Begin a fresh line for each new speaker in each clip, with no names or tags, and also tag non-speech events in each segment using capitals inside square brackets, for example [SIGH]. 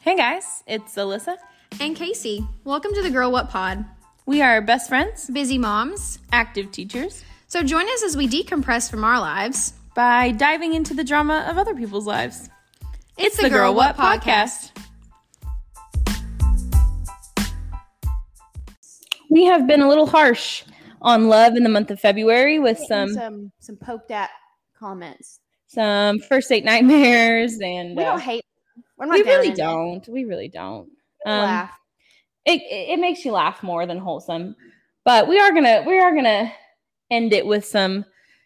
Hey guys, it's Alyssa.
And Casey, welcome to the Girl What Pod.
We are best friends,
Busy moms.
active teachers,
So join us as we decompress from our lives.
by diving into the drama of other people's lives.
It's,
We have been a little harsh on love in the month of February with
some
some
some, some poked at comments.
some first date nightmares and
We don't
uh,
hate. We're not
we
down
really
in it.
don't. Um, We really don't.
We laugh.
it it it makes you laugh more than wholesome. But we are gonna we are gonna end it with some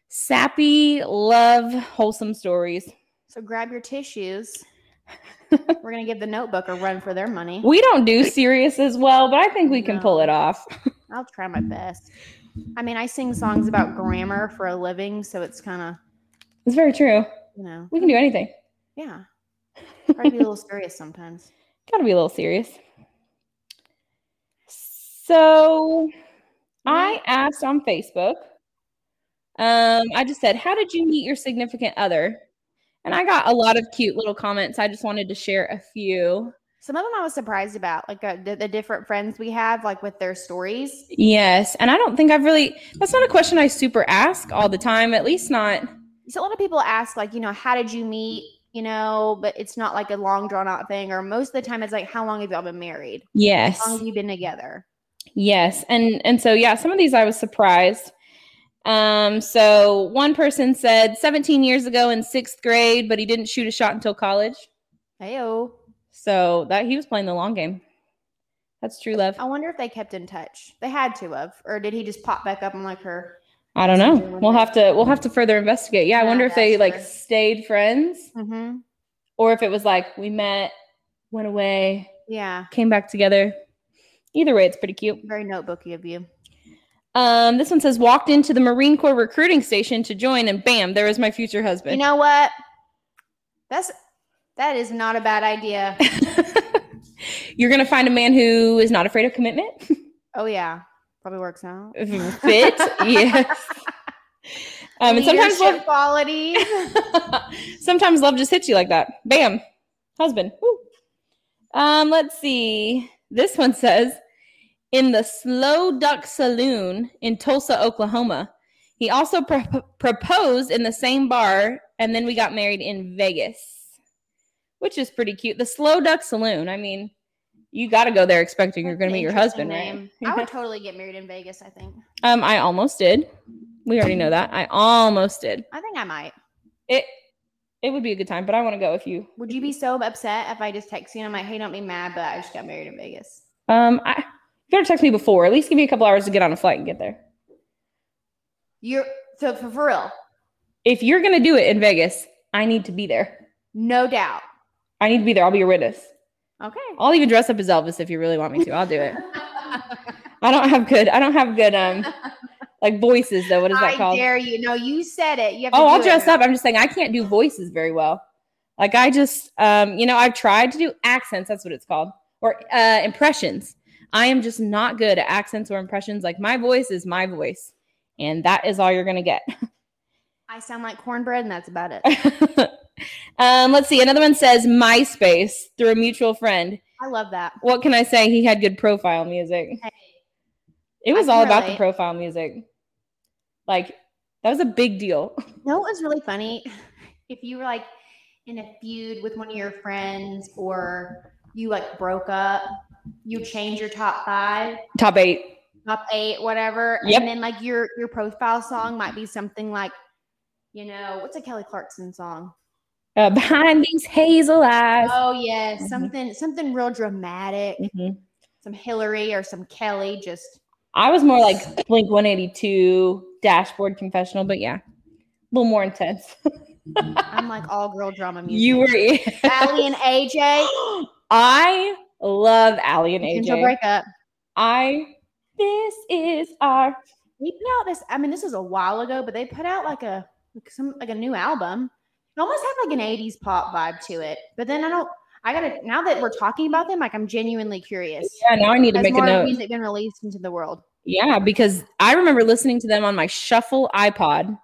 sappy love wholesome stories.
So grab
[LAUGHS]
your tissues. We're gonna give the notebook a run for their money.
We don't do serious as well, but I think we can pull
No.
it off.
I'll try my best. I mean, I sing songs about grammar for a living, so it's kind of
It's very true.
you know,
We can do anything.
yeah. Try to be
[LAUGHS]
a little serious sometimes.
Got to be a little serious. So I asked on Facebook. Um, I just said, "How did you meet your significant other?" And I got a lot of cute little comments. I just wanted to share a few.
Some of them I was surprised about, like uh, the, the different friends we have, like with their stories.
Yes, and I don't think I've really. That's not a question I super ask all the time. At least not.
So a lot of people ask, like, you know, how did you meet? You know, but it's not like a long drawn out thing. Or most of the time, it's like, how long have y'all been married?
Yes.
How long have you been together?
Yes, and and so yeah, some of these I was surprised. Um, so one person said 17 years ago in sixth grade, but he didn't shoot a shot until college.
Heyo.
So that he was playing the long game. That's true love.
I wonder if they kept in touch. They had to have, or did he just pop back up and like her?
I don't know. We'll have to we'll have to further investigate. Yeah, I
Yeah,
wonder if they
that's
like
true.
stayed friends
Mm-hmm.
or if it was like we met, went away,
Yeah,
came back together. Either way, it's pretty cute.
very notebooky of you.
Um, this one says walked into the Marine Corps recruiting station to join, and bam, there is my future husband.
You know what? That's that is not a bad idea.
[LAUGHS] You're gonna find a man who is not afraid of commitment. [LAUGHS]
Oh yeah, probably works out. [LAUGHS]
Fit, yes. Um, and sometimes
Leadership
love,
qualities.
[LAUGHS] sometimes love just hits you like that. Bam, husband. Woo. Um, let's see. This one says, in the Slow Duck Saloon in Tulsa, Oklahoma. He also pro- proposed in the same bar, and then we got married in Vegas, which is pretty cute. The Slow Duck Saloon. I mean, you got to go there expecting [LAUGHS] you're
That's
going to
an
meet your
interesting
husband,
name.
[LAUGHS] right?
I would totally get married in Vegas. I think.
Um, I almost did. We already know that. I almost did.
I think I might.
It it would be a good time, but I want to go if you.
Would you be so upset if I just text you and I'm like, "Hey, don't be mad, but I just got married in Vegas."
Um, I you better text me before. At least give me a couple hours to get on a flight and get there.
You're so for, for real,
If you're gonna do it in Vegas, I need to be there.
no doubt.
I need to be there. I'll be your witness.
Okay.
I'll even dress up as Elvis if you really want me to. I'll do it. I don't have good. I don't have good um like voices though. What is that
I
called?
dare you. No, you said it. You have
Oh,
to
I'll
do it
dress
now.
up. I'm just saying I can't do voices very well. Like I just um, you know, I've tried to do accents, that's what it's called, or uh impressions. I am just not good at accents or impressions. Like my voice is my voice, and that is all you're gonna get.
I sound like cornbread, and that's about
[LAUGHS]
it.
um, let's see. Another one says MySpace through a mutual friend.
I love that.
What can I say? He had good profile music.
Hey.
It
I
was
can
all about the
relate.
profile music. Like that was a big deal.
No, it was really funny. If you were like in a feud with one of your friends, or you like broke up, you change your top five,
Top eight.
top eight, whatever,
Yep.
and then like your your profile song might be something like, you know, what's a Kelly Clarkson song?
Uh, behind these hazel eyes.
Oh yes,
Mhm.
something something real dramatic,
Mhm.
some Hillary or some Kelly, just
I was more like Blink 182 dashboard confessional, but yeah, a little more intense. [LAUGHS]
I'm like all girl drama music.
You were.
Allie and AJ,
[GASPS] I love Allie and
potential
AJ.
breakup.
I. This is our.
They put out this. I mean, this was a while ago, but they put out like a like some like a new album. It almost had like an '80s pop vibe to it. But then I don't. I gotta now that we're talking about them, like I'm genuinely curious.
Yeah, now I need to
Has
make a
more
note.
music been released into the world?
Yeah, because I remember listening to them on my shuffle iPod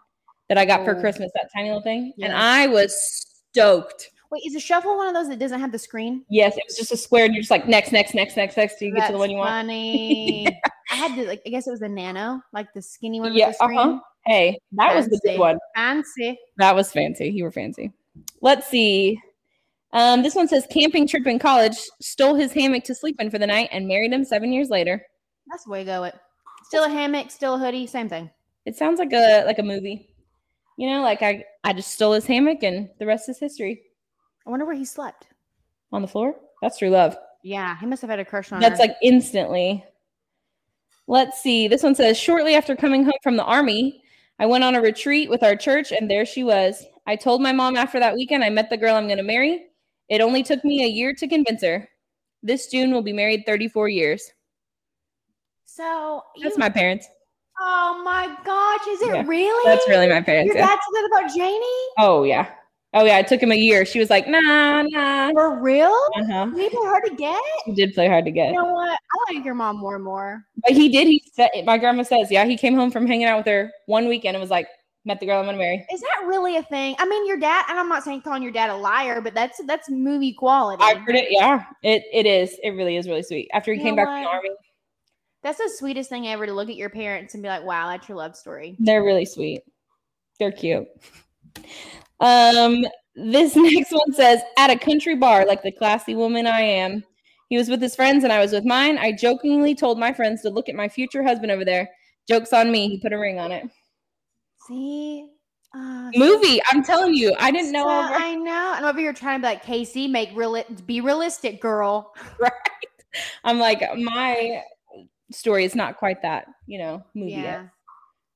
that I got for
Oh.
Christmas, that tiny little thing.
Yes.
And I was stoked.
Wait, is a shuffle one of those that doesn't have the screen?
Yes, it was just a square, and you're just like next, next, next, next, next, till you get to the
That's
one you want. [LAUGHS]
Funny. I had to like. I guess it was the nano, like the skinny one.
Yeah,
With the screen.
uh-huh. Hey, that was the
Fancy.
good one.
Fancy.
That was fancy. You were fancy. Let's see. Um, this one says camping trip in college stole his hammock to sleep in for the night and married him seven years later.
That's the way to go. It. Still a hammock, still a hoodie, same thing.
It sounds like a like a movie. You know, like I I just stole his hammock and the rest is history.
I wonder where he slept.
On the floor. That's true love.
Yeah, he must have had a crush on.
That's
her.
like instantly. Let's see. This one says shortly after coming home from the army, I went on a retreat with our church and there she was. I told my mom after that weekend I met the girl I'm going to marry. It only took me a year to convince her. This June we'll be married 34 years.
so.
That's
you-
my parents.
Oh my gosh! Is it
Yeah,
really?
That's really my parents.
You're
Yeah.
that upset about Janie?
Oh yeah. Oh yeah, it took him a year. She was like, "Nah, nah."
For real?
Uh-huh.
We put her to get.
He did play hard to get.
You know what? I like your mom more and more.
But he did. He said, my grandma says, yeah, he came home from hanging out with her one weekend and was like, met the girl I'm gonna marry.
Is that really a thing? I mean, your dad, and I'm not saying calling your dad a liar, but that's that's movie quality.
I heard it. Yeah, it, it is. It really is really sweet. After he
You
came
know
back from the
what?
army,
that's the sweetest thing ever to look at your parents and be like, "Wow, that's your love story."
they're really sweet. They're cute. Um, this [LAUGHS] next one says, at a country bar, like the classy woman I am. He was with his friends and I was with mine. I jokingly told my friends to look at my future husband over there. Jokes on me. He put a ring on it.
See, uh,
Movie. I'm telling you, I didn't know. all of our-
I know. And over here trying to be like, Casey, make real, be realistic, girl.
I'm like, my story is not quite that, you know, movie yet.
Yeah.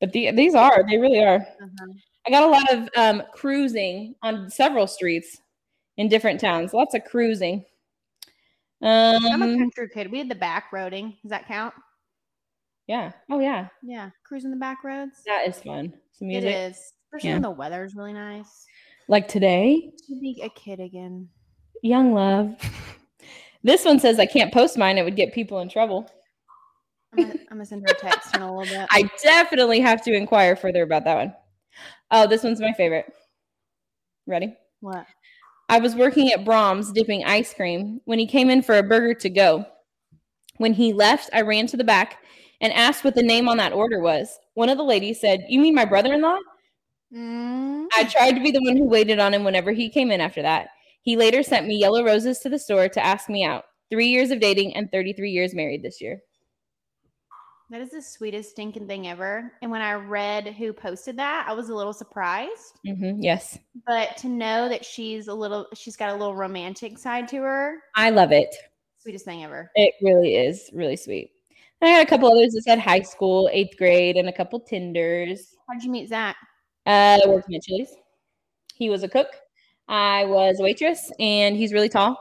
But the, these are, they really are.
Uh-huh.
I got a lot of um, cruising on several streets in different towns. Lots of cruising.
I'm a
Um,
country kid. We did the back roading. Does that count?
yeah. Oh, yeah.
Yeah, cruising the back roads.
That is fun. Some
It
music.
is, especially
Yeah.
when the weather's really nice.
Like today,
To be a kid again.
Young Love. this one says, I can't post mine. It would get people in trouble.
I'm gonna, I'm gonna send her a text in a little bit.
[LAUGHS] I definitely have to inquire further about that one. Oh, this one's my favorite. Ready?
what?
I was working at Brahms dipping ice cream when he came in for a burger to go. When he left, I ran to the back and asked what the name on that order was. One of the ladies said, You mean my brother in law?
Mm.
I tried to be the one who waited on him whenever he came in after that. He later sent me yellow roses to the store to ask me out. Three years of dating and 33 years married this year.
That is the sweetest stinking thing ever. And when I read who posted that, I was a little surprised.
hmm Yes.
But to know that she's a little, she's got a little romantic side to her,
I love it.
sweetest thing ever.
It really is really sweet. I had a couple others that said high school, eighth grade, and a couple Tinders.
How'd you meet Zach?
Uh, I worked at Chili's. He was a cook. I was a waitress, and he's really tall.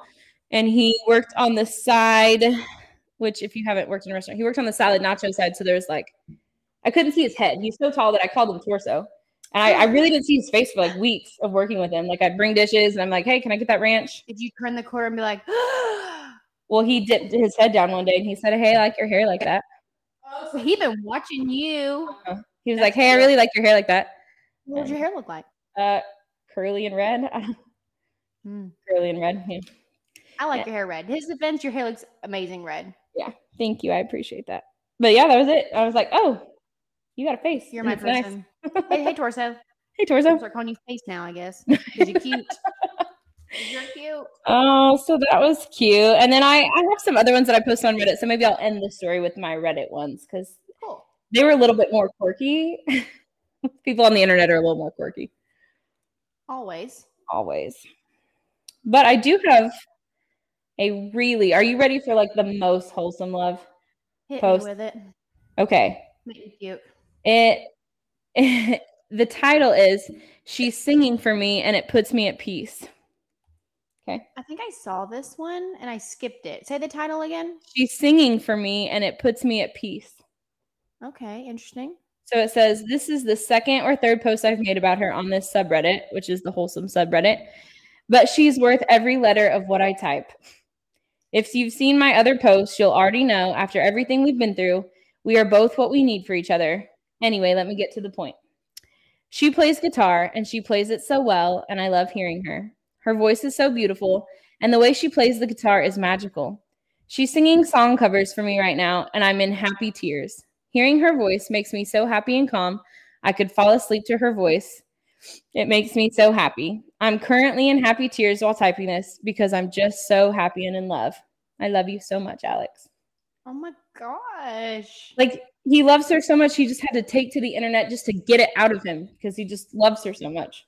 And he worked on the side, which if you haven't worked in a restaurant, he worked on the salad nacho side. So there's like, I couldn't see his head. He's so tall that I called him torso. And I, I really didn't see his face for like weeks of working with him. Like I'd bring dishes, and I'm like, hey, can I get that ranch?
Did you turn the corner and be like, [GASPS]
Oh, Well, he dipped his head down one day, and he said, hey, I like your hair like that.
so he been watching you?
He was
That's
like, hey, I
cool.
really like your hair like that.
What would your hair look like?
Uh, curly and red. [LAUGHS]
Mm.
curly and red. Yeah.
I like
Yeah.
your hair red. His defense, your hair looks amazing red.
Thank you. I appreciate that. But yeah, that was it. I was like, oh, you got a face.
You're
and
my
it's nice. [LAUGHS]
person. hey, hey, torso.
Hey,
I'm
Torso.
start calling you face now, I guess. Because
[LAUGHS]
you're cute. 'Cause you're cute.
Oh, so that was cute. And then I, I have some other ones that I post on Reddit. So maybe I'll end the story with my Reddit ones because
Cool.
they were a little bit more quirky. [LAUGHS] People on the internet are a little more quirky,
Always.
always. But I do have a really, are you ready for like the most wholesome love?
Hit
Post.
me with it.
Okay.
Make me cute.
It, [LAUGHS] the title is She's Singing for Me and It Puts Me at Peace.
I think I saw this one and I skipped it. Say the title again.
She's singing for me and it puts me at peace.
Okay, interesting.
So it says, This is the second or third post I've made about her on this subreddit, which is the wholesome subreddit. But she's worth every letter of what I type. If you've seen my other posts, you'll already know after everything we've been through, we are both what we need for each other. Anyway, let me get to the point. She plays guitar and she plays it so well, and I love hearing her. Her voice is so beautiful, and the way she plays the guitar is magical. She's singing song covers for me right now, and I'm in happy tears. Hearing her voice makes me so happy and calm. I could fall asleep to her voice. It makes me so happy. I'm currently in happy tears while typing this because I'm just so happy and in love. I love you so much, Alex.
Oh my gosh.
Like he loves her so much, he just had to take to the internet just to get it out of him because he just loves her so much.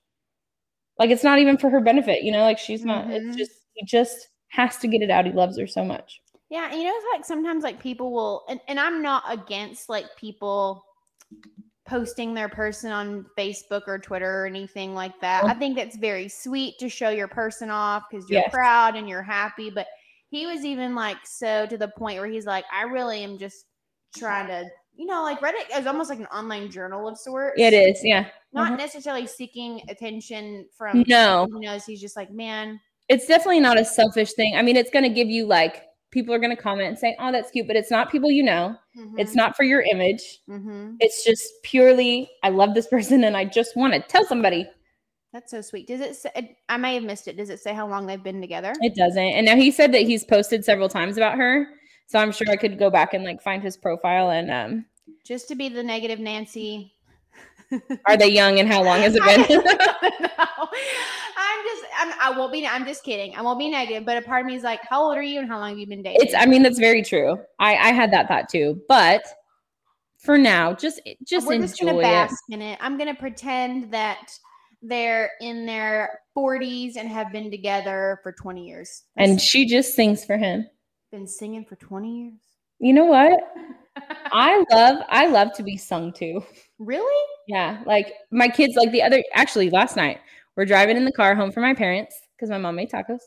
Like it's not even for her benefit, you know. Like she's not.
Mhm.
It's just he just has to get it out. He loves her so much.
Yeah, and you know, it's like sometimes like people will, and, and I'm not against like people posting their person on Facebook or Twitter or anything like
Oh.
that. I think that's very sweet to show your person off because you're
Yes.
proud and you're happy. But he was even like so to the point where he's like, I really am just trying to, you know, like Reddit is almost like an online journal of sorts.
It is, yeah.
Not
uh-huh.
necessarily seeking attention from,
No,
you know, he's just like, man,
it's definitely not a selfish thing. I mean, it's going to give you like people are going to comment and say, "Oh, that's cute," but it's not people you know. It's not for your image.
hmm
It's just purely, I love this [LAUGHS] person and I just want to tell somebody.
That's so sweet. Does it say, I may have missed it. Does it say how long they've been together?
It doesn't. And now he said that he's posted several times about her. So I'm sure I could go back and like find his profile and
[LAUGHS]
um
Just to be the negative Nancy.
are they young and how long has it
[LAUGHS] I
been? [LAUGHS]
don't know. I'm just, I'm, I won't be, I'm just kidding. I won't be negative, but a part of me is like, how old are you and how long have you been dating?
it's I mean that's very true. I I had that thought too. But for now, just just
We're just going
enjoy
to
it.
bask in it. I'm going to pretend that they're in their 40s and have been together for 20 years. That's
And she just sings for him.
been singing for 20 years. [LAUGHS]
You know what? I love I love to be sung to.
Really?
Yeah, like my kids, like the other, actually, last night we're driving in the car home from my parents because my mom made tacos,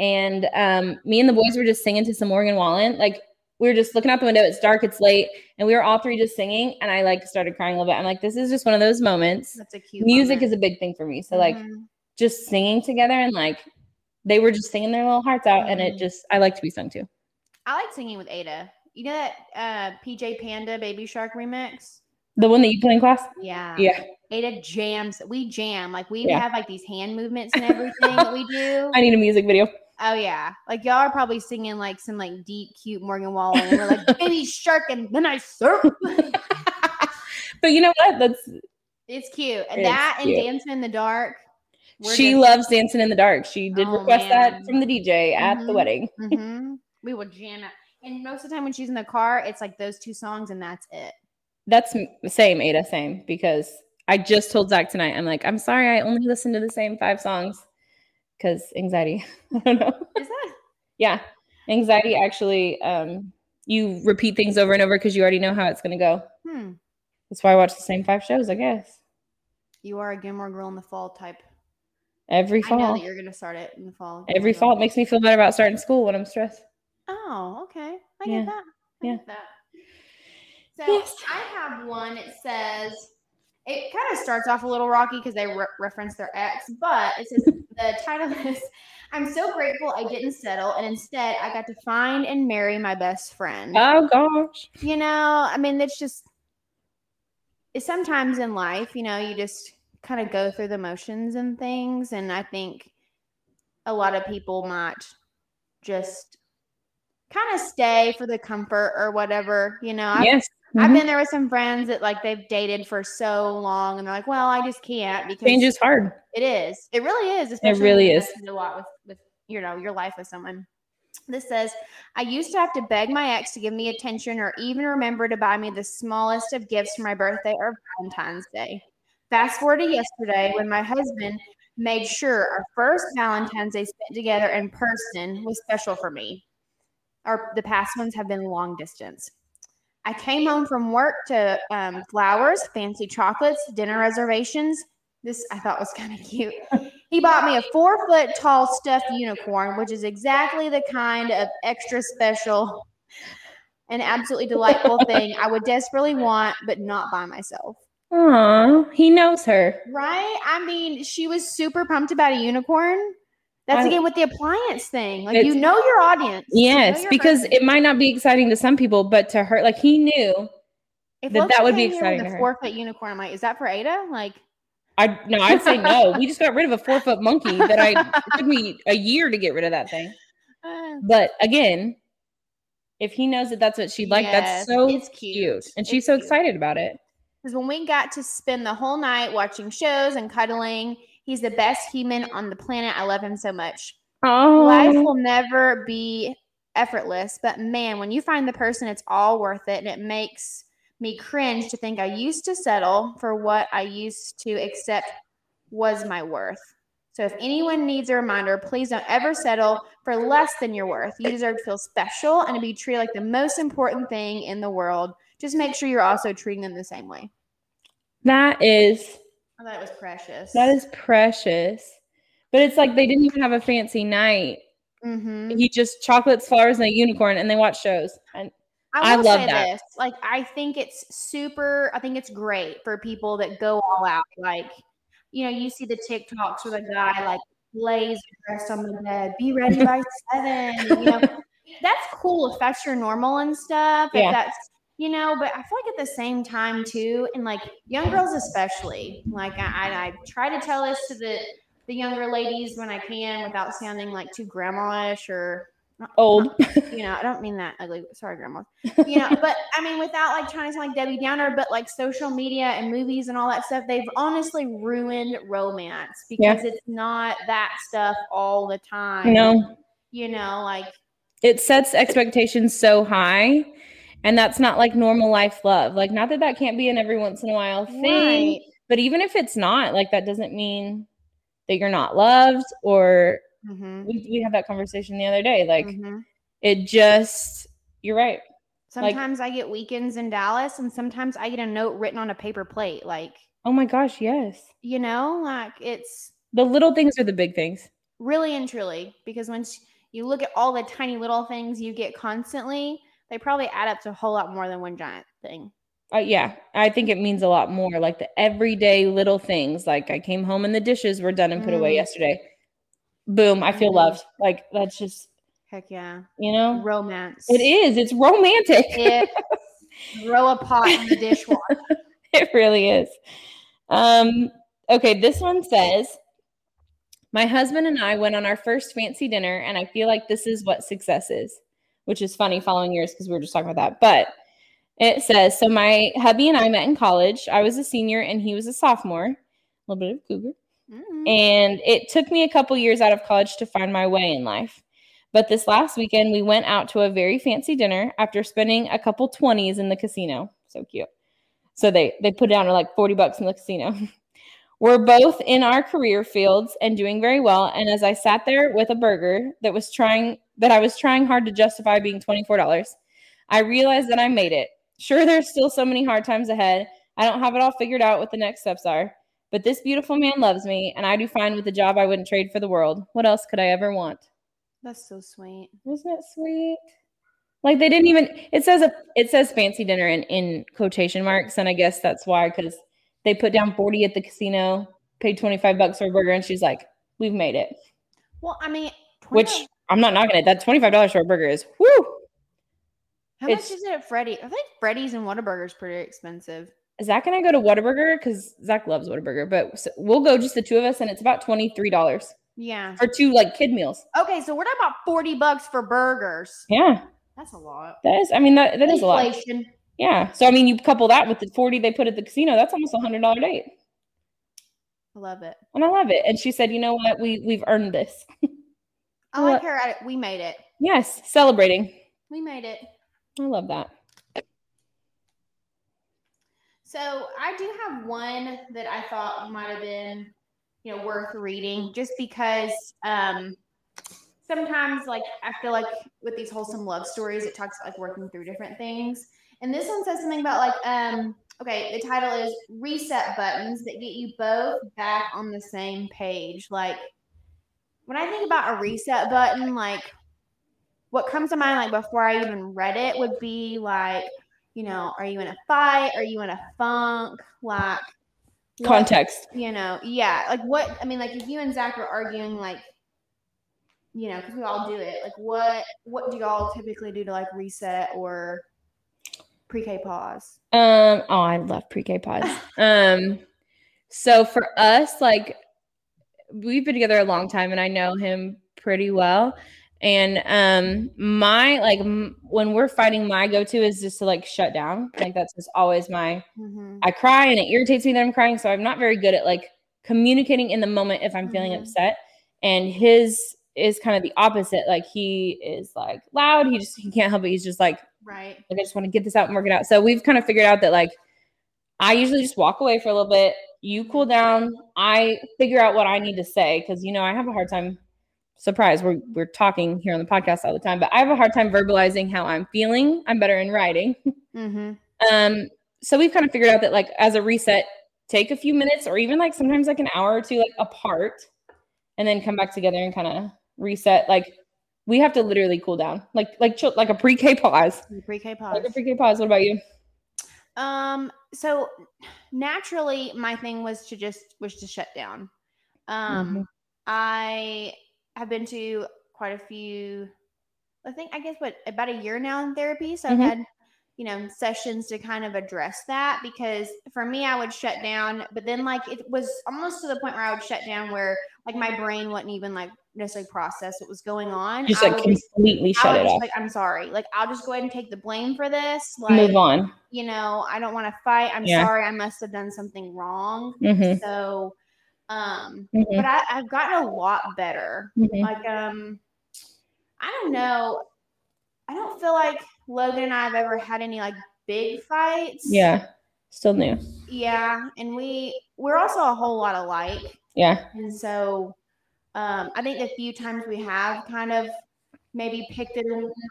and um, me and the boys were just singing to some Morgan Wallen. Like we were just looking out the window. It's dark. It's late, and we were all three just singing, and I like started crying a little bit. I'm like, this is just one of those moments.
That's a cute
Music is
moment.
a big thing for me, so like
Mhm.
just singing together and like they were just singing their little hearts out, and it
Mhm.
just I like to be sung to.
I like singing with Ada. You know that uh, PJ Panda Baby Shark remix?
The one that you put in class,
Yeah.
yeah,
Ada jams. We jam. Like we
Yeah.
have like these hand movements and everything that we do.
[LAUGHS] I need a music video.
Oh yeah. Like y'all are probably singing like some like deep, cute Morgan Wallen. And we're
[LAUGHS]
like baby shark and then I surf.
But you know what? That's
It's cute. And
It's
that and
cute.
dancing in the dark. We're
she
just-
loves dancing in the dark. She did
Oh,
request
man.
that from the DJ at the
Mhm.
wedding.
Mhm. We will jam it. And most of the time when she's in the car, it's like those two songs and that's it.
That's m- same, Ada, same, because I just told Zach tonight, I'm like, I'm sorry, I only listened to the same five songs because anxiety. [LAUGHS] I don't know.
Is that
Yeah. Anxiety actually, um, you repeat things over and over because you already know how it's going to go.
hmm.
That's why I watch the same five shows, I guess,
You are a Gilmore Girl in the fall type.
every
I know
fall.
that you're gonna start it in the fall.
Every
Gilmore Girls.
fall, it makes me feel better about starting school when I'm stressed.
Oh, okay. I
Yeah.
get that. I
Yeah.
get that. So
Yes.
I have one. It says it kind of starts off a little rocky because they re- reference their ex, but it says the title [LAUGHS] is "I'm so grateful I didn't settle and instead I got to find and marry my best friend."
Oh, gosh.
you know, I mean, that's just it's sometimes in life, you know, you just kind of go through the motions and things. And I think a lot of people might just kind of stay for the comfort or whatever, you know. I've,
Yes.
I've
mhm.
been there with some friends that like they've dated for so long and they're like, well, I just can't because
Change is hard.
it is. It really is. especially when
really
you
is.
invest A lot with, with you know your life with someone. This says, I used to have to beg my ex to give me attention or even remember to buy me the smallest of gifts for my birthday or Valentine's Day. Fast forward to yesterday when my husband made sure our first Valentine's Day spent together in person was special for me. Our the past ones have been long distance. I came home from work to um, flowers, fancy chocolates, dinner reservations. This I thought was kind
[LAUGHS]
of cute. He bought me a four foot tall stuffed unicorn, which is exactly the kind of extra special and
[LAUGHS]
absolutely delightful thing I would desperately want, but not by myself.
Aw, he knows her.
Right? I mean, she was super pumped about a unicorn. That's
I-
again with the appliance thing. Like you
It's-
know your audience. You know
Yes,
your
because
person.
it might not be exciting to some people, but to her, like he knew.
If
that-
Logan
that would be
came here with
exciting to
A
her.
four foot unicorn. I'm like, is that for Ada? Like,
I no, I'd say
[LAUGHS]
no. we just got rid of a four foot monkey that I it took me a year to get rid of that thing. But again, if he knows that that's what she'd like, that's
Yes,
so
it's
cute.
cute.
and
It's
she's so
cute.
excited about it.
Because when we got to spend the whole night watching shows and cuddling, he's the best human on the planet. I love him so much.
Oh,
Life will never be effortless, but man, when you find the person, it's all worth it. And it makes me cringe to think I used to settle for what I used to accept was my worth. So if anyone needs a reminder, please don't ever settle for less than your worth. You deserve to feel special and to be treated like the most important thing in the world. Just make sure you're also treating them the same way.
that is
I thought it Oh, was precious.
that is precious. But it's like they didn't even have a fancy night.
Mm-hmm.
He just chocolates, flowers, and a unicorn, and they watch shows. And I
will
love
say
that.
This. Like, I think it's super. I think it's great for people that go all out. Like, you know, you see the TikToks with a guy like lays dressed on the bed, be ready
[LAUGHS]
by seven. You know, that's cool if that's your normal and stuff.
Yeah.
If that's you know, but I feel like at the same time too, and like young girls especially. Like, I, I, I try to tell this to the the younger ladies when I can without sounding like too grandma-ish or
old,
you know, I don't mean that ugly.
[LAUGHS]
Sorry, grandma. You know, but I mean, without like trying to sound like Debbie Downer, but like social media and movies and all that stuff, they've honestly ruined romance
Yeah.
because it's not that stuff all the time.
you know,
You know, like,
it sets expectations so high and that's not like normal life love like not that that can't be an every once in a while thing
right.
but even if it's not like that doesn't mean that you're not loved or
Mhm,
we, we had that conversation the other day like
mhm.
it just you're right
Sometimes I get weekends in Dallas and sometimes I get a note written on a paper plate. Like,
oh my gosh yes
you know, like it's
the little things are the big things
really and truly because once you look at all the tiny little things you get constantly, they probably add up to a whole lot more than one giant thing.
uh, yeah i think it means a lot more like the everyday little things like i came home and the dishes were done and put away
Mm.
yesterday boom i feel
Mhm.
loved like that's just
Heck yeah.
you know
Romance.
It is. It's romantic. [LAUGHS]
It, throw a pot in the dishwasher.
It really is. Um, okay, this one says My husband and I went on our first fancy dinner, and I feel like this is what success is, which is funny following yours because we were just talking about that. But it says So my hubby and I met in college. I was a senior, and he was a sophomore, a little bit of cougar.
Mm.
And it took me a couple years out of college to find my way in life. But this last weekend, we went out to a very fancy dinner after spending a couple 20s in the casino. So cute. So they, they put down like 40 bucks in the casino. [LAUGHS] We're both in our career fields and doing very well. And as I sat there with a burger that was trying that I was trying hard to justify being $24, I realized that I made it. Sure, there's still so many hard times ahead. I don't have it all figured out what the next steps are. But this beautiful man loves me, and I do fine with a job I wouldn't trade for the world. What else could I ever want?
That's so sweet.
Isn't that sweet? Like they didn't even. It says a, it says fancy dinner in in quotation marks, and I guess that's why because they put down forty at the casino, paid twenty five bucks for a burger, and she's like, "We've made it."
Well, I mean, 20
Which I'm not knocking it. That twenty five dollars for a burger is whoo.
how much
it's-
is it at Freddy? I think Freddy's and Whataburger's pretty expensive.
Zach and I go to Whataburger because Zach loves Whataburger, but so we'll go just the two of us, and it's about twenty three dollars
Yeah.
for two like kid meals.
Okay, so we're talking about forty bucks for burgers.
Yeah,
That's a lot.
that is. I mean, that that is a lot.
Inflation.
Yeah. So I mean, you couple that with the forty they put at the casino, that's almost a hundred dollar date,
I love it.
and I love it. And she said, "You know what? We we've earned this.
I
Well-
like her. at it. We made it.
Yes, celebrating.
We made it.
I love that.
So I do have one that I thought might have been, you know, worth reading just because um sometimes like I feel like with these wholesome love stories, it talks about like working through different things. And this one says something about like um okay, the title is reset buttons that get you both back on the same page. Like when I think about a reset button, like what comes to mind like before I even read it would be like you know, are you in a fight? Are you in a funk? Like, what-
Context.
you know, yeah. Like, what? I mean, like, if you and Zach were arguing, like, you know, because we all do it. Like, what? What do y'all typically do to like reset or pre-K pause?
Um. Oh, I love pre-K pods. Um. So for us, like we've been together a long time and I know him pretty well. And um my like m- when we're fighting, my go-to is just to like shut down. Like that's just always my
Mhm.
I cry and it irritates me that I'm crying. So I'm not very good at like communicating in the moment if I'm feeling
Mhm.
upset. And his is kind of the opposite. Like he is like loud. He just he can't help it. He's just like
Right.
like I just want to get this out and work it out. So we've kind of figured out that like I usually just walk away for a little bit. You cool down. I figure out what I need to say because you know I have a hard time. Surprise, we're we're talking here on the podcast all the time, but I have a hard time verbalizing how I'm feeling. I'm better in writing.
Mm-hmm.
Um, so we've kind of figured out that like as a reset, take a few minutes or even like sometimes like an hour or two like apart and then come back together and kind of reset. Like we have to literally cool down. Like like chill, like a pre-K pause.
Pre-K pause.
Like a pre-K pause. What about you?
Um, so naturally my thing was to just was to shut down. Um
Mm-hmm.
I have been to quite a few I think I guess what about a year now in therapy. So
Mhm.
I've had, you know, sessions to kind of address that because for me I would shut down, but then like it was almost to the point where I would shut down where like my brain wouldn't even like necessarily process what was going on.
Just
I
like
would just-
completely
I
shut
would
it
just
off.
like, I'm sorry. Like I'll just go ahead and take the blame for this. Like
Move on.
you know, I don't want to fight. I'm
Yeah.
sorry. I must have done something wrong.
Mhm,
So, um,
mhm,
but I, I've gotten a lot better.
mhm.
Like, um, I don't know. I don't feel like Logan and I have ever had any like big fights.
Yeah. Still new.
Yeah. And we, we're also a whole lot alike.
Yeah.
And so, um, I think the few times we have kind of maybe picked it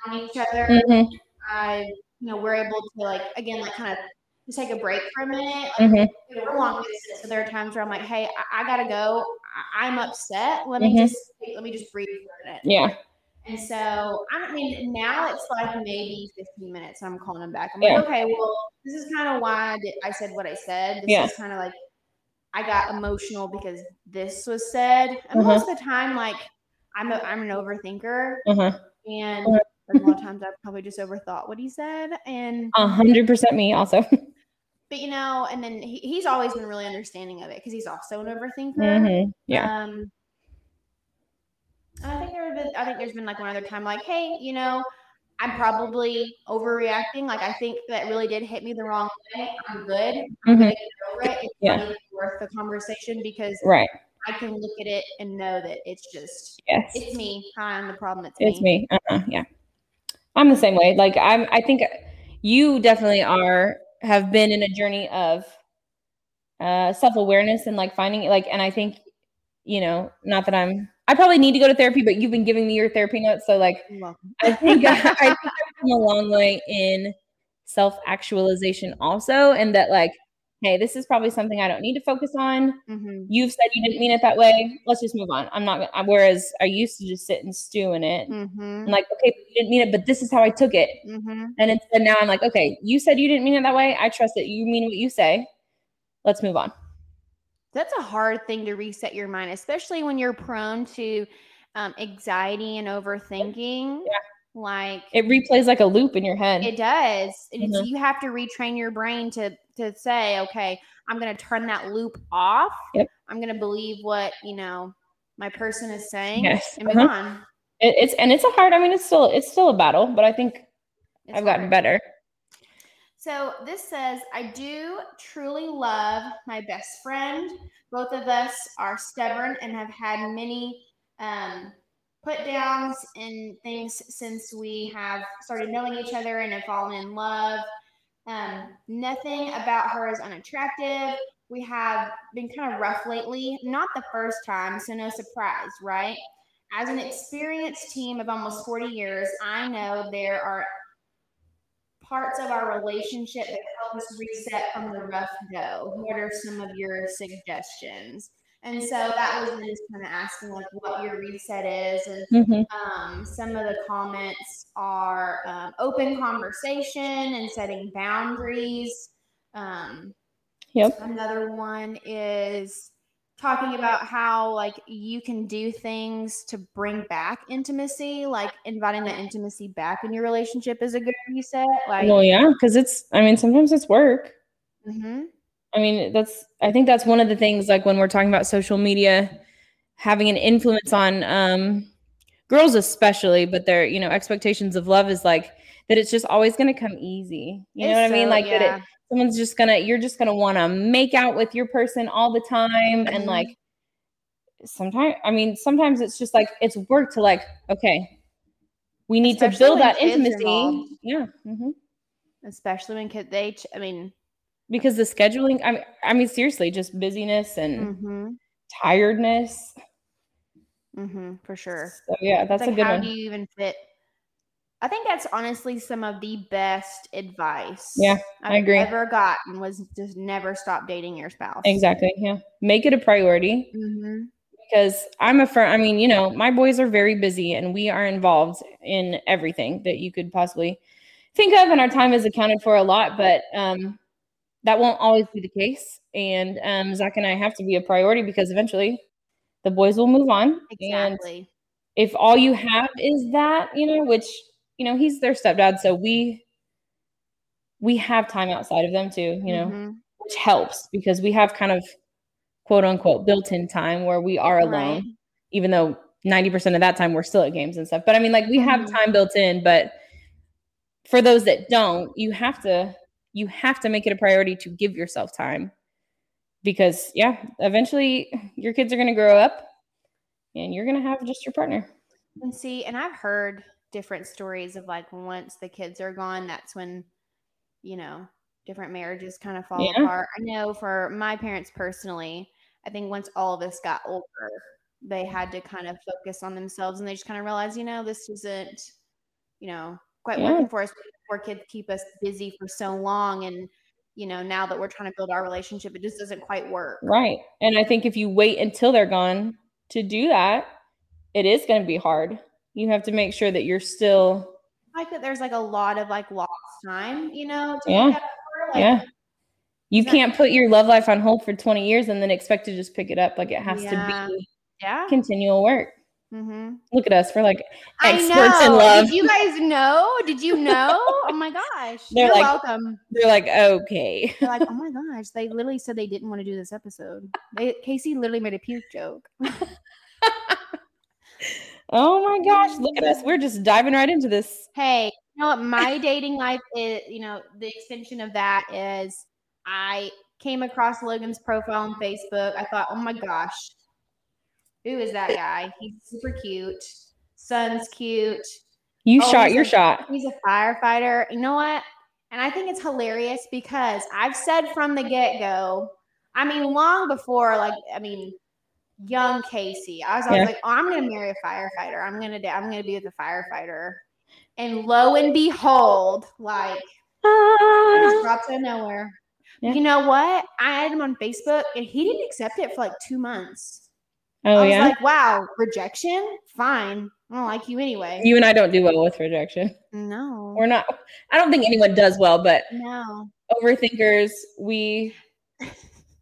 on each other,
Mhm,
I, you know, we're able to like, again, like kind of just take a break for a minute. Like,
mhm,
you know, we're long distance, so there are times where I'm like, "Hey, I, I gotta go. I, I'm upset. Let me
Mhm.
just let me just breathe for a minute."
Yeah.
And so I don't mean now it's like maybe 15 minutes, and I'm calling him back. I'm
Yeah.
like, "Okay, well, this is kind of why I, did, I said what I said. This
Yeah.
is kind of like I got emotional because this was said." And
Mhm.
most of the time, like I'm a, I'm an overthinker,
Uh-huh.
and
Mhm.
a
[LAUGHS]
lot of times I probably just overthought what he said, and
A hundred percent me also. [LAUGHS]
but you know, and then he, he's always been really understanding of it because he's also an overthinker.
Mhm, Yeah.
Um, I think there have been, I think there's been like one other time, like, hey, you know, I'm probably overreacting. Like, I think that really did hit me the wrong way. I'm good. I'm
Mhm,
gonna get over it. It's
Yeah.
not even worth the conversation because
Right.
I can look at it and know that it's just
Yes.
it's me. I'm the problem. It's,
It's me. Uh-uh, yeah. I'm the same way. Like I'm I think you definitely are have been in a journey of uh self-awareness and like finding like and I think you know, not that I'm I probably need to go to therapy, but you've been giving me your therapy notes, so like
You're welcome.
I think [LAUGHS] I, I think I've come a long way in self-actualization also and that like hey, this is probably something I don't need to focus on
Mhm.
you've said you didn't mean it that way. Let's just move on. I'm not. gonna- I- Whereas I used to just sit and stew in it.
Mhm.
I'm like, okay, you didn't mean it, but this is how I took it.
Mhm.
And instead now I'm like, okay, you said you didn't mean it that way. I trust that you mean what you say. Let's move on.
That's a hard thing to reset your mind, especially when you're prone to um, anxiety and overthinking.
Yeah.
Like
It replays like a loop in your head.
It does. And
Mm-hmm.
it's, you have to retrain your brain to to say, okay, I'm going to turn that loop off.
Yep.
I'm going to believe what you know my person is saying
yes,
and move
uh-huh.
on.
It- it's and it's a hard. I mean, it's still it's still a battle, but I think
It's
I've gotten
hard.
better.
So this says, I do truly love my best friend. Both of us are stubborn and have had many um, put downs and things since we have started knowing each other and have fallen in love. Um, nothing about her is unattractive. We have been kind of rough lately, not the first time, so no surprise, right? As an experienced team of almost 40 years, I know there are parts of our relationship that help us reset from the rough go? What are some of your suggestions? And so that was just kind of asking like what your reset is, and
Mhm.
um, some of the comments are um, open conversation and setting boundaries. Um,
Yep.
Another one is talking about how like you can do things to bring back intimacy, like inviting the intimacy back in your relationship is a good reset. Like,
Well, yeah, because it's. I mean, sometimes it's work.
mhm.
I mean, that's I think that's one of the things like when we're talking about social media having an influence on um girls especially, but their, you know, expectations of love is like that it's just always going to come easy. You know what I mean? Like that it, someone's just going to you're just going to want to make out with your person all the time and
Mhm.
Mm-hmm.
like sometimes I mean, sometimes it's just like it's work to like okay, we need to
Especially
build
when
that
kids are
intimacy.
involved.
Yeah. mhm.
especially when kid they. Ch- I mean,
because the scheduling I mean, I mean seriously just busyness and
mm-hmm,
tiredness
mm-hmm, for sure.
so yeah that's
like,
a good
how
one
do you even fit? I think that's honestly some of the best advice.
Yeah,
I've
I agree.
Ever gotten was just never stop dating your spouse.
exactly yeah make it a priority
Mm-hmm.
because i'm a firm i mean you know my boys are very busy and we are involved in everything that you could possibly think of and our time is accounted for a lot but um that won't always be the case and um zach and i have to be a priority because eventually the boys will move on and
Exactly.
if all you have is that, you know, which you know, he's their stepdad, so we we have time outside of them too, you know,
Mhm.
which helps because we have kind of quote unquote built-in time where we are alone,
Right.
even though 90% of that time we're still at games and stuff. But I mean, like we have
Mhm.
time built in, but for those that don't, you have to you have to make it a priority to give yourself time because yeah, eventually your kids are going to grow up and you're going to have just your partner.
And see, and I've heard different stories of like once the kids are gone, that's when, you know, different marriages kind of fall
Yeah.
apart. I know for my parents personally, I think once all of us got older, they had to kind of focus on themselves and they just kind of realized, you know, this isn't, you know, quite
Yeah.
working for us. Poor kids keep us busy for so long. And, you know, now that we're trying to build our relationship, it just doesn't quite work.
Right. And I think if you wait until they're gone to do that, it is going to be hard. You have to make sure that you're still,
Like that there's like a lot of like lost time, you know, to
Yeah.
make up for, like,
yeah. You
Exactly.
can't put your love life on hold for 20 years and then expect to just pick it up. Like it has
Yeah.
to be
Yeah.
continual work.
Mm-hmm.
Look at us. We're like,
I
Experts in
know.
love.
Did you guys know? Did you know? Oh [LAUGHS] my gosh.
They're
You're
like-
welcome.
they're like, okay.
They're like, oh my gosh. They literally said they didn't want to do this episode. They, Casey literally made a puke joke.
Oh my gosh. Look at us. We're just diving right into this.
Hey, you know what? My dating life is, you know, the extension of that is I came across Logan's profile on Facebook. I thought, oh my gosh, who is that guy? He's super cute. Son's cute.
You
Oh,
shot
he's
your
like-
shot.
He's a firefighter. You know what? And I think it's hilarious because I've said from the get go, I mean, long before, like, I mean, young Casey, I was always
Yeah.
like, oh, I'm going to marry a firefighter. I'm going to, I'm going to be with a firefighter. And lo and behold, like, I just dropped out of nowhere.
Yeah.
You know what? I added him on Facebook and he didn't accept it for like two months. I
Oh,
was
yeah.
like, wow, rejection? Fine. I don't like you anyway.
you and I don't do well with rejection.
no.
We're not, I don't think anyone does well, but
No.
overthinkers, we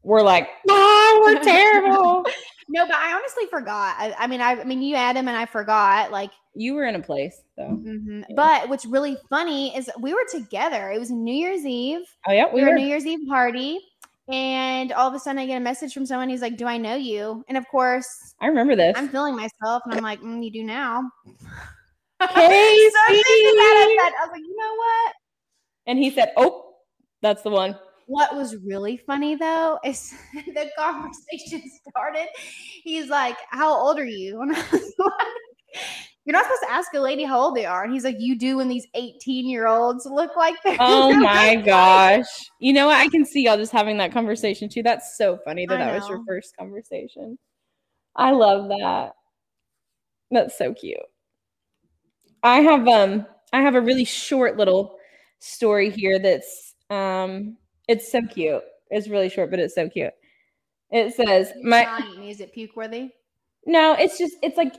were like, ah,
[LAUGHS]
we're terrible.
No, but I honestly forgot. I, I mean, I, I mean, you had him, and I forgot. Like,
you were in a place though.
mhm.
Yeah.
but what's really funny is we were together. It was New Year's Eve.
Oh yeah,
We
we
were at
were.
a New Year's Eve party, and all of a sudden, I get a message from someone. He's like, "Do I know you?" And of course,
I remember this.
I'm feeling myself, and I'm like, mm, "You do now." [LAUGHS]
Casey!
so thinking about it, I was like, "You know what?"
and he said, "Oh, that's the one."
What was really funny though is [LAUGHS] the conversation started. He's like, How old are you? [LAUGHS] And I was like, You're not supposed to ask a lady how old they are. And he's like, You do when these 18 year olds look like [LAUGHS] they're.
Oh my gosh! You know what? I can see y'all just having that conversation too. That's so funny that
I
that was your
know.
first conversation. I love that. That's so cute. I have um I have a really short little story here that's um it's so cute. It's really short, but it's so cute. It says my
Nine. Is it puke worthy?
no, it's just it's like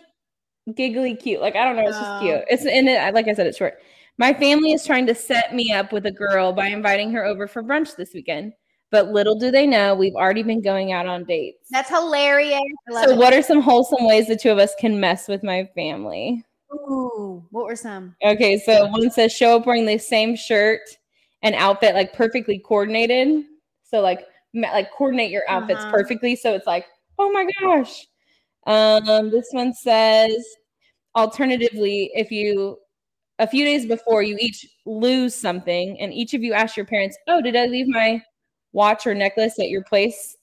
giggly cute. Like I don't know, it's just
Oh.
cute. It's and it, like I said, it's short. My family is trying to set me up with a girl by inviting her over for brunch this weekend. But little do they know, we've already been going out on dates.
That's hilarious. I love
So,
it.
what are some wholesome ways the two of us can mess with my family?
Ooh, what were some?
Okay, so one says show up wearing the same shirt and outfit, like perfectly coordinated. So like ma- like coordinate your outfits
Uh-huh.
perfectly. So it's like, oh my gosh. Um, this one says, alternatively, if you a few days before you each lose something, and each of you ask your parents, "Oh, did I leave my watch or necklace at your place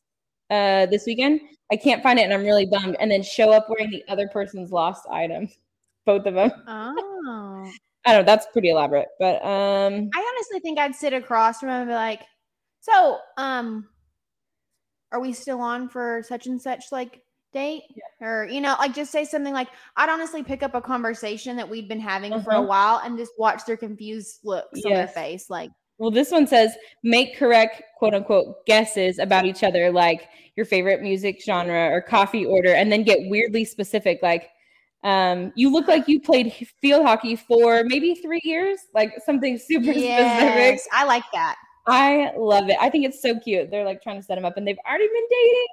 uh, this weekend? I can't find it, and I'm really bummed." And then show up wearing the other person's lost item, both of them.
Oh.
I don't know. That's pretty elaborate, but um,
I honestly think I'd sit across from him and be like, "So, um, are we still on for such and such like date?" Or you know, like just say something like, "I'd honestly pick up a conversation that we'd been having for a
Uh-huh.
while and just watch their confused looks on their
Yes.
face." Like,
Well, this one says make correct quote unquote guesses about each other, like your favorite music genre or coffee order, and then get weirdly specific, like um, you look like you played h- field hockey for maybe three years, like something [LAUGHS] super specific.
yes, I like that.
I love it. I think it's so cute. They're like trying to set them up, and they've already been dating.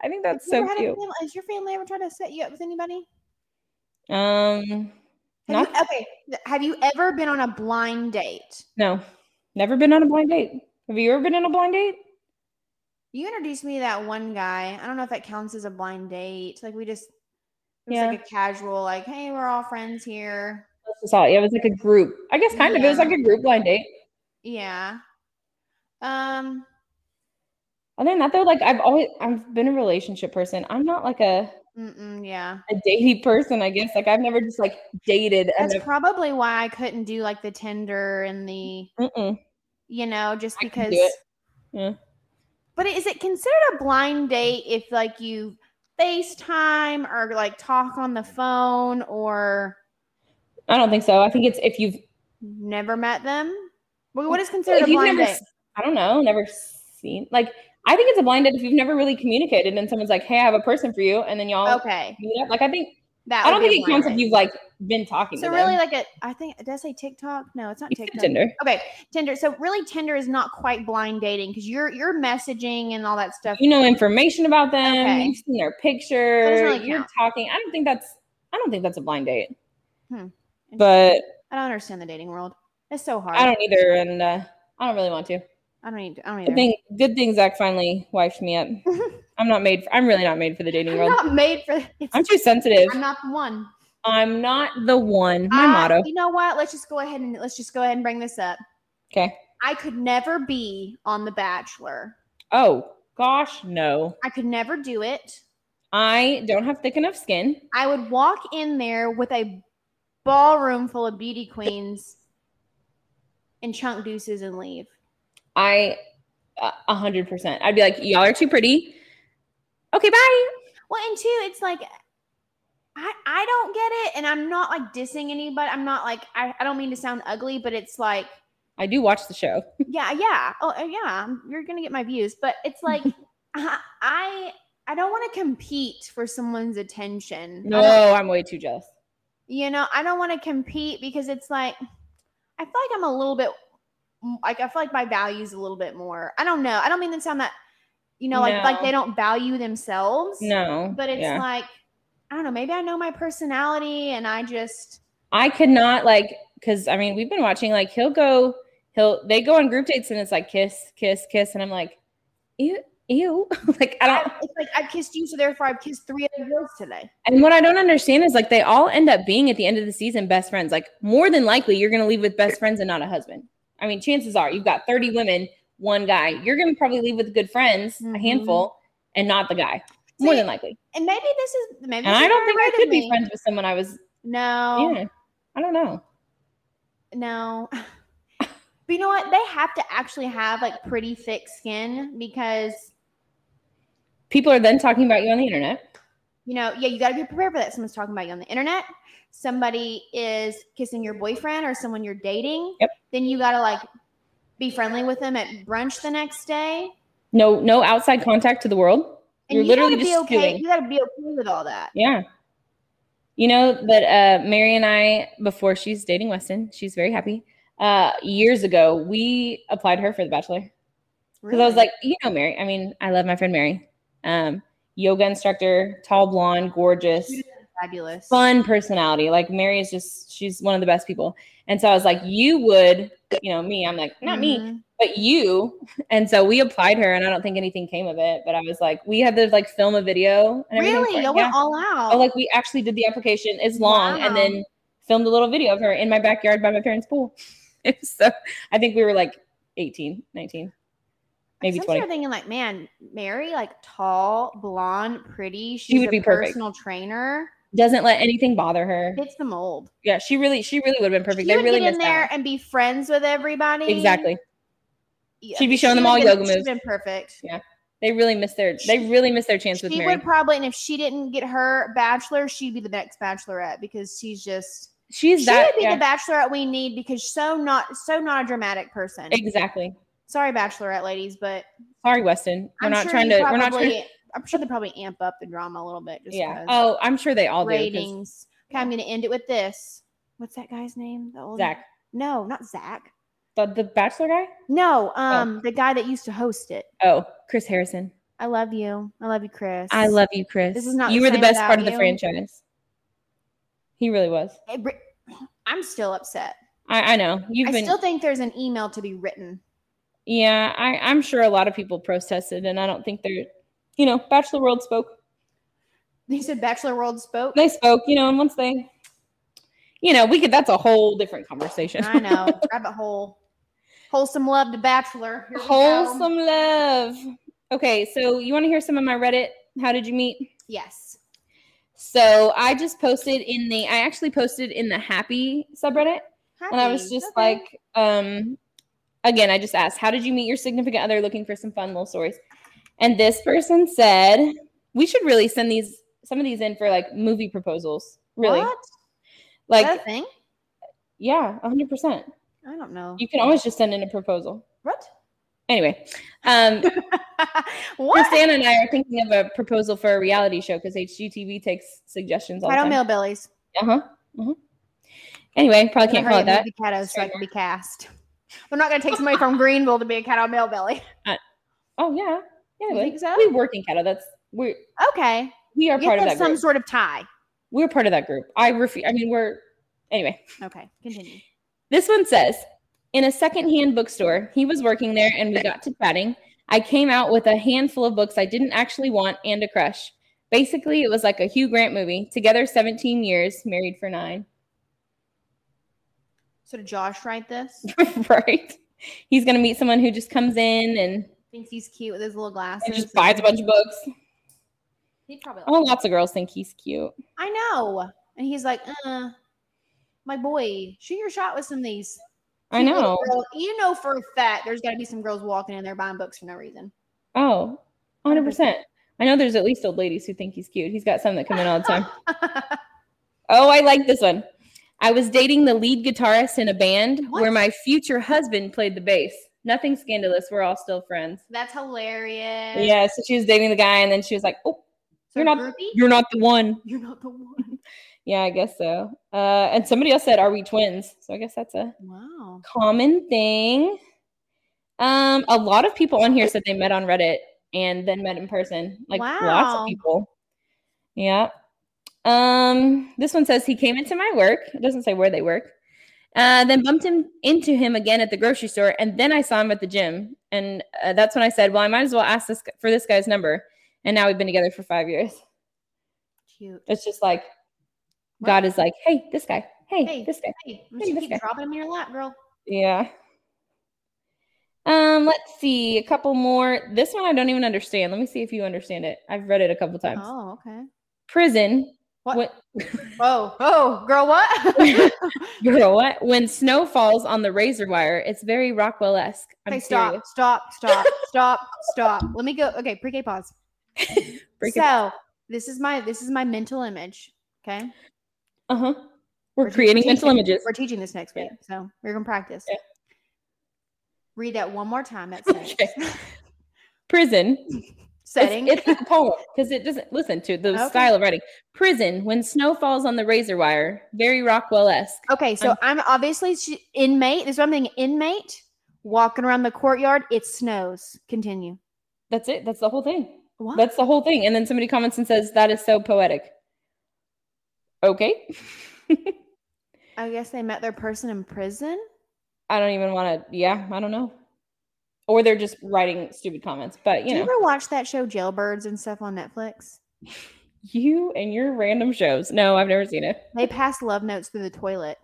I think that's
You ever
so
had a
cute.
family- has your family ever tried to set you up with anybody?
Um,
Have you,
Not-
okay, th- have you ever been on a blind date?
no, never been on a blind date. Have you ever been on a blind date?
You introduced me to that one guy. I don't know if that counts as a blind date. Like we just it was like a casual, like, hey, we're all friends here.
That's all. Yeah, it was like a group. I guess kind of. It was
Yeah.
like a group blind date.
Yeah. Um,
Other than that, though, like I've always I've been a relationship person. I'm not like a,
mm-mm, yeah.
a datey person, I guess. Like I've never just like dated and
That's probably why I couldn't do like the Tinder and the,
mm-mm.
you know, just
I
because
can do it. Yeah.
But is it considered a blind date if like you FaceTime or like talk on the phone or
I don't think so. I think it's if you've
never met them? Well, what is considered
if
a
you've
blind
never
date?
s- I don't know, never seen like I think it's a blind date if you've never really communicated and someone's like, Hey, I have a person for you, and then y'all
Okay.
meet up. Like I think
That
I don't
would be a
think it
blind
counts
date.
if you've like been talking
So
to
really,
them.
like a, I think did I say TikTok? No, it's not
You said
TikTok.
Tinder.
Okay, Tinder. So really, Tinder is not quite blind dating because you're you're messaging and all that stuff.
You know information about them,
Okay.
you've seen their picture,
really
you're
count.
talking. I don't think that's I don't think that's a blind date.
Hmm.
But
I don't understand the dating world. It's so hard.
I don't either, and uh, I don't really want to.
I don't need. I don't
Good
either.
thing, good thing Zach finally wifed me up.
[LAUGHS]
I'm not made. For, I'm really not made for the dating
I'm [LAUGHS]
world.
not made for. It's,
I'm too sensitive.
I'm not the one.
I'm not the one. My
I-
motto.
You know what? Let's just go ahead and let's just go ahead and bring this up.
Okay.
I could never be on The Bachelor.
Oh gosh, no.
I could never do it.
I don't have thick enough skin.
I would walk in there with a ballroom full of beauty queens and chunk deuces and leave.
I, a a hundred percent. I'd be like, y'all are too pretty. Okay, bye.
Well, and two, it's like I I don't get it, and I'm not like dissing anybody. I'm not like I, I don't mean to sound ugly, but it's like
I do watch the show.
yeah, yeah, oh uh, yeah, I'm- you're gonna get my views, but it's like I I, I don't want to compete for someone's attention. I
No,
don't-
I'm way too jealous.
you know I don't want to compete because it's like I feel like I'm a little bit m- like I feel like my values a little bit more. I don't know. I don't mean to sound that you know like like
No.
they don't value themselves
No,
but it's
yeah.
like I don't know. Maybe I know my personality, and I just
I could not like because I mean we've been watching like he'll go he'll they go on group dates and it's like kiss kiss kiss and I'm like ew ew [LAUGHS] like I don't
it's like I've kissed you, so therefore I've kissed three other girls today.
and what I don't understand is like they all end up being at the end of the season best friends like more than likely you're gonna leave with best friends and not a husband I mean chances are you've got 30 women one guy you're gonna probably leave with good friends a
Mhm.
handful and not the guy more
See,
than likely
And maybe this is maybe.
and
this
I
is
don't think I
overrated
could be
me. Oh.
friends with someone I was
No,
yeah I don't know
no. [LAUGHS] But you know what? They have to actually have like pretty thick skin because
people are then talking about you on the internet
you know, yeah, you got to be prepared for that. Someone's talking about you on the internet. Somebody is kissing your boyfriend or someone you're dating.
Yep.
Then you got to like be friendly with them at brunch the next day.
no no outside contact to the world
And
You're
you
literally
gotta
just
be okay.
doing-
You got to be okay with all that.
Yeah. You know that uh, Mary and I, before she's dating Weston, she's very happy. Uh, years ago, we applied her for The Bachelor because I was like, you know, Mary. I mean, I love my friend Mary. Um, yoga instructor, tall blonde, gorgeous,
fabulous.
fun personality. Like Mary is just she's one of the best people. And so I was like, you would you know, me, I'm like, not
Mm-hmm.
me, but you. And so we applied her, and I don't think anything came of it. But I was like, we had to like film a video. And everything for
Really?
it.
Y'all
Yeah.
went all out.
Oh, like we actually did the application. It's long, and
Wow.
then filmed a little video of her in my backyard by my parents' pool. [LAUGHS] so I think we were like 18, 19, maybe
Some
20.
people are thinking like, man, Mary, like tall, blonde, pretty. She's
would
a
be perfect.
personal trainer.
Doesn't let anything bother her.
Fits the mold.
Yeah, she really, she really would have been perfect.
She
They
would
really
get in
missed
there
out.
and be friends with everybody.
Exactly.
Yeah,
She'd be showing them
would
all
been-
yoga
she'd
moves.
Been perfect.
They really missed their. They really missed their chance with
She
Mary.
would probably, and if she didn't get her bachelor, she'd be the next bachelorette because she's just
She's
she
that.
would be
yeah,
the bachelorette we need because so not so not a dramatic person.
exactly.
Sorry, bachelorette ladies, but
Sorry, Weston. We're
I'm
not
sure
trying
they
to. We're not
probably-
trying. To,
I'm sure they probably amp up the drama a little bit. Just
yeah.
'cause
Oh, I'm sure they all do. 'cause
ratings. Okay, I'm going to end it with this. What's that guy's name? The old
Zach,
No, not Zach.
the, the Bachelor guy.
No, um, the guy that used to host it.
Oh, Chris Harrison.
I love you. I love you, Chris.
I love you, Chris.
This is not
you
the
were the
same
best part of
without
the
you.
franchise. He really was.
It re- I'm still upset.
I, I know you've
I
been.
still think there's an email to be written.
yeah, I, I'm sure a lot of people protested, and I don't think they're. You know, Bachelor World spoke.
He said Bachelor World spoke.
They spoke. You know, and once they. You know, we could. That's a whole different conversation. [LAUGHS]
I know. Rabbit hole. Wholesome love to Bachelor. Here we go.
Wholesome love. Okay, so you want to hear some of my Reddit? How did you meet?
Yes.
So I just posted in the I actually posted in the happy subreddit and I was
Happy.
just
Okay.
like um again I just asked how did you meet your significant other looking for some fun little stories. And this person said we should really send these some of these in for like movie proposals. Really?
What? Is
Like
that a thing?
yeah, 100%.
I don't know.
You can always just send in a proposal.
what? [LAUGHS]
Anyway, um
what?
Santa and I are thinking of a proposal for a reality show because HGTV takes suggestions all the
I don't
time.
mail billies.
Uh huh. Uh-huh. Anyway, probably can't
Never
call it
had
that.
movie Caddos so
[LAUGHS]
I can be cast. They're not going to take somebody from Greenville to be a cat on mail belly.
Oh yeah, yeah.
You
we-
think so?
We work in Canada. That's we
[LAUGHS] Okay,
we are
you
part of
have
that
some
group.
sort of tie.
We're part of that group. I refuse. I mean, we're anyway.
Okay, continue.
This one says, in a secondhand bookstore, he was working there, and we got to chatting. I came out with a handful of books I didn't actually want and a crush. Basically, it was like a Hugh Grant movie. Together, seventeen years, married for nine. [LAUGHS]
So did Josh write this?
right. He's gonna meet someone who just comes in and,
Thinks he's cute with his little glasses.
and just buys a bunch of books.
He probably.
Oh, lots of girls think he's cute.
I know, and he's like, uh, my boy, shoot your shot with some of these.
I
cute
know.
little girls." You know for a fact there's got to be some girls walking in there buying books for no reason.
Oh, 100%. I know there's at least old ladies who think he's cute. He's got some that come in all the time. Oh, I like this one. I was dating the lead guitarist in a band where
What?
my future husband played the bass. Nothing scandalous. We're all still friends.
That's hilarious.
Yeah, so she was dating the guy and then she was like, "Oh,
So
You're not-
groupie?
you're not the one."
You're not
[LAUGHS]
the one.
Yeah, I guess so. Uh, and somebody else said, "Are we twins?" So I guess that's a
Wow.
common thing. Um, a lot of people on here said they met on Reddit and then met in person. Like lots
Wow.
of people. Yeah. Um, this one says he came into my work. It doesn't say where they work. Uh, then bumped him into him again at the grocery store, and then I saw him at the gym, and uh, that's when I said, "Well, I might as well ask this gu- for this guy's number." And now we've been together for five years.
Cute.
It's just like
Wow.
God is like, "Hey, this guy. Hey,
Hey.
this guy."
Hey, I'm
Hey,
just
this guy.
keep dropping them in your
[LAUGHS]
lap, girl.
Yeah. Um, let's see a couple more. This one I don't even understand. Let me see if you understand it. I've read it a couple times.
Oh, okay.
Prison.
What?
when-
Oh, oh,
[LAUGHS]
girl, what?
girl, what? When snow falls on the razor wire, it's very Rockwell-esque. I'm
[LAUGHS] okay, stop,
serious.
stop, stop, stop, stop. Let me go. Okay, pre-K pause.
Break it-
so this is my this is my mental image. Okay,
Uh-huh. We're
We're te-
creating mental
teaching-
images.
We're teaching this next
Yeah.
week, so we're gonna practice.
Yeah.
Read that one more time. That's okay.
[LAUGHS] Okay. Prison. It's-
setting.
It's, like a poem because it doesn't listen to the
Okay.
style of writing. Prison. When snow falls on the razor wire, very Rockwell-esque.
okay, so I'm, obviously she, inmate. This is what I'm thinking. Inmate walking around the courtyard. It snows. Continue.
That's it. That's the whole thing.
What?
That's the whole thing. And then somebody comments and says, That is so poetic. Okay.
I guess they met their person in prison.
[LAUGHS] I don't even want to. Yeah, I don't know. Or they're just writing stupid comments. But you
Do you
know,
ever watch that show Jailbirds and stuff on Netflix?
you and your random shows. No, I've never seen it.
They pass love notes through the toilet.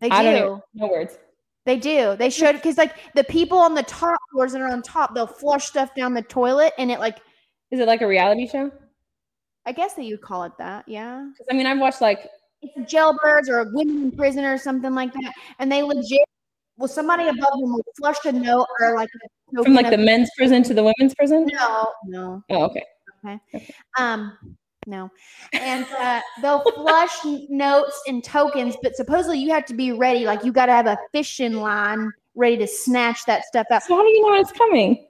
They
I don't e-,
do.
even- No words.
They do. They should because like the people on the top floors that are on top, they'll flush stuff down the toilet, and it like
Is it like a reality show?
I guess that you would call it that. Yeah,
'Cause, I mean, I've watched like
it's jailbirds or women in prison or something like that, and they legit. Well, somebody above them will flush a note or like a
from like the
token
men's prison to the women's prison.
of- no, no,
Oh, okay.
um, no, and uh, [LAUGHS] they'll flush n- notes and tokens, but supposedly you have to be ready. Like you got to have a fishing line ready to snatch that stuff out.
So how do you know it's coming?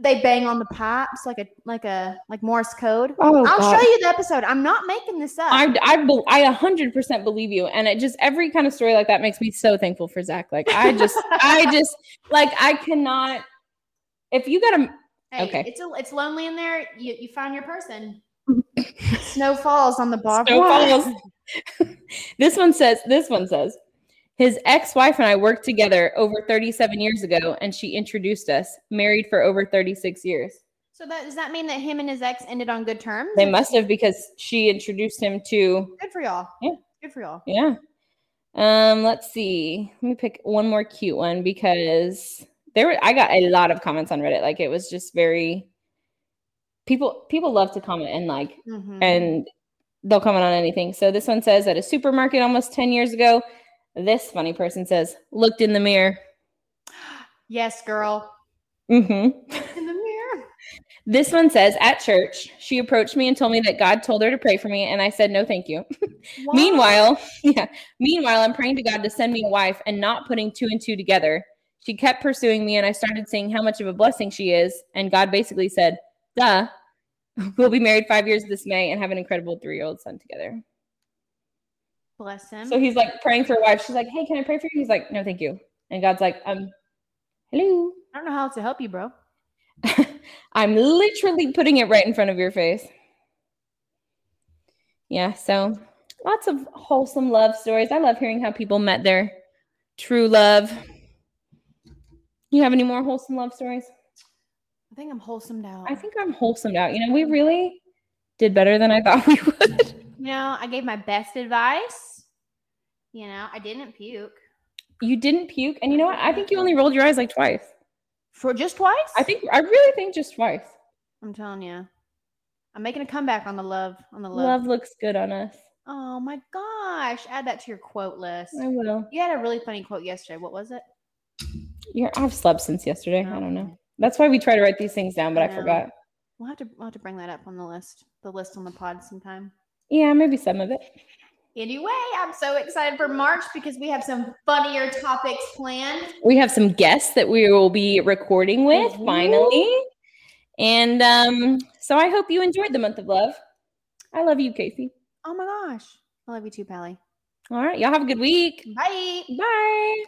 They bang on the pipes like a like a like Morse code.
Oh,
I'll
God.
show you the episode. I'm not making this up.
I I bel- I a hundred percent believe you, and it just every kind of story like that makes me so thankful for Zach. Like I just I just like I cannot. If you got a
Hey,
okay.
It's a, it's lonely in there. You you find
[LAUGHS]
your person. Snow falls on the bar.
Snow falls. [LAUGHS] this one says this one says his ex-wife and I worked together over 37 years ago, and she introduced us. Married for over 36 years.
So that does that mean that him and his ex ended on good terms?
They must have because she introduced him to
Good for y'all.
Yeah.
Good for y'all.
Yeah. Um, let's see. Let me pick one more cute one because there were I got a lot of comments on Reddit. Like it was just very people people love to comment and like
Mhm.
and they'll comment on anything. So this one says at a supermarket almost 10 years ago, this funny person says, looked in the mirror.
yes, girl.
hmm
In the mirror.
This one says at church, she approached me and told me that God told her to pray for me, and I said no, thank you.
Wow.
Meanwhile, [LAUGHS] yeah. Meanwhile, I'm praying to God to send me a wife and not putting two and two together. She kept pursuing me, and I started seeing how much of a blessing she is. And God basically said, "Duh, [LAUGHS] we'll be married five years this May and have an incredible three-year-old son together."
bless him.
So he's like praying for a wife. She's like, "Hey, can I pray for you?" He's like, "No, thank you." And God's like, "Um, hello,
I don't know how else to help you, bro.
[LAUGHS] I'm literally putting it right in front of your face." Yeah. So lots of wholesome love stories. I love hearing how people met their true love. You have any more wholesome love stories?
I think I'm wholesome now.
I think I'm wholesome out. You know, we really did better than I thought [LAUGHS] we would.
you know I gave my best advice. You know I didn't puke
You didn't puke, and you know what? I think you only rolled your eyes like twice.
for just twice.
I think I really think just twice.
I'm telling you, I'm making a comeback on the love on the love.
Love looks good on us.
Oh my gosh! Add that to your quote list.
I will.
You had a really funny quote yesterday. What was it?
You're, I've slept since yesterday. I don't know.
Okay.
That's why we try to write these things down, but I
Yeah.
forgot.
We'll have to we'll have to bring that up on the list. The list on the pod sometime.
Yeah, maybe some of it.
Anyway, I'm so excited for March because we have some funnier topics planned.
We have some guests that we will be recording with
Mhm.
finally. And um, so I hope you enjoyed the month of love. I love you, Casey.
Oh my gosh! I love you too, Pally.
All right. Y'all have a good week.
Bye.
Bye.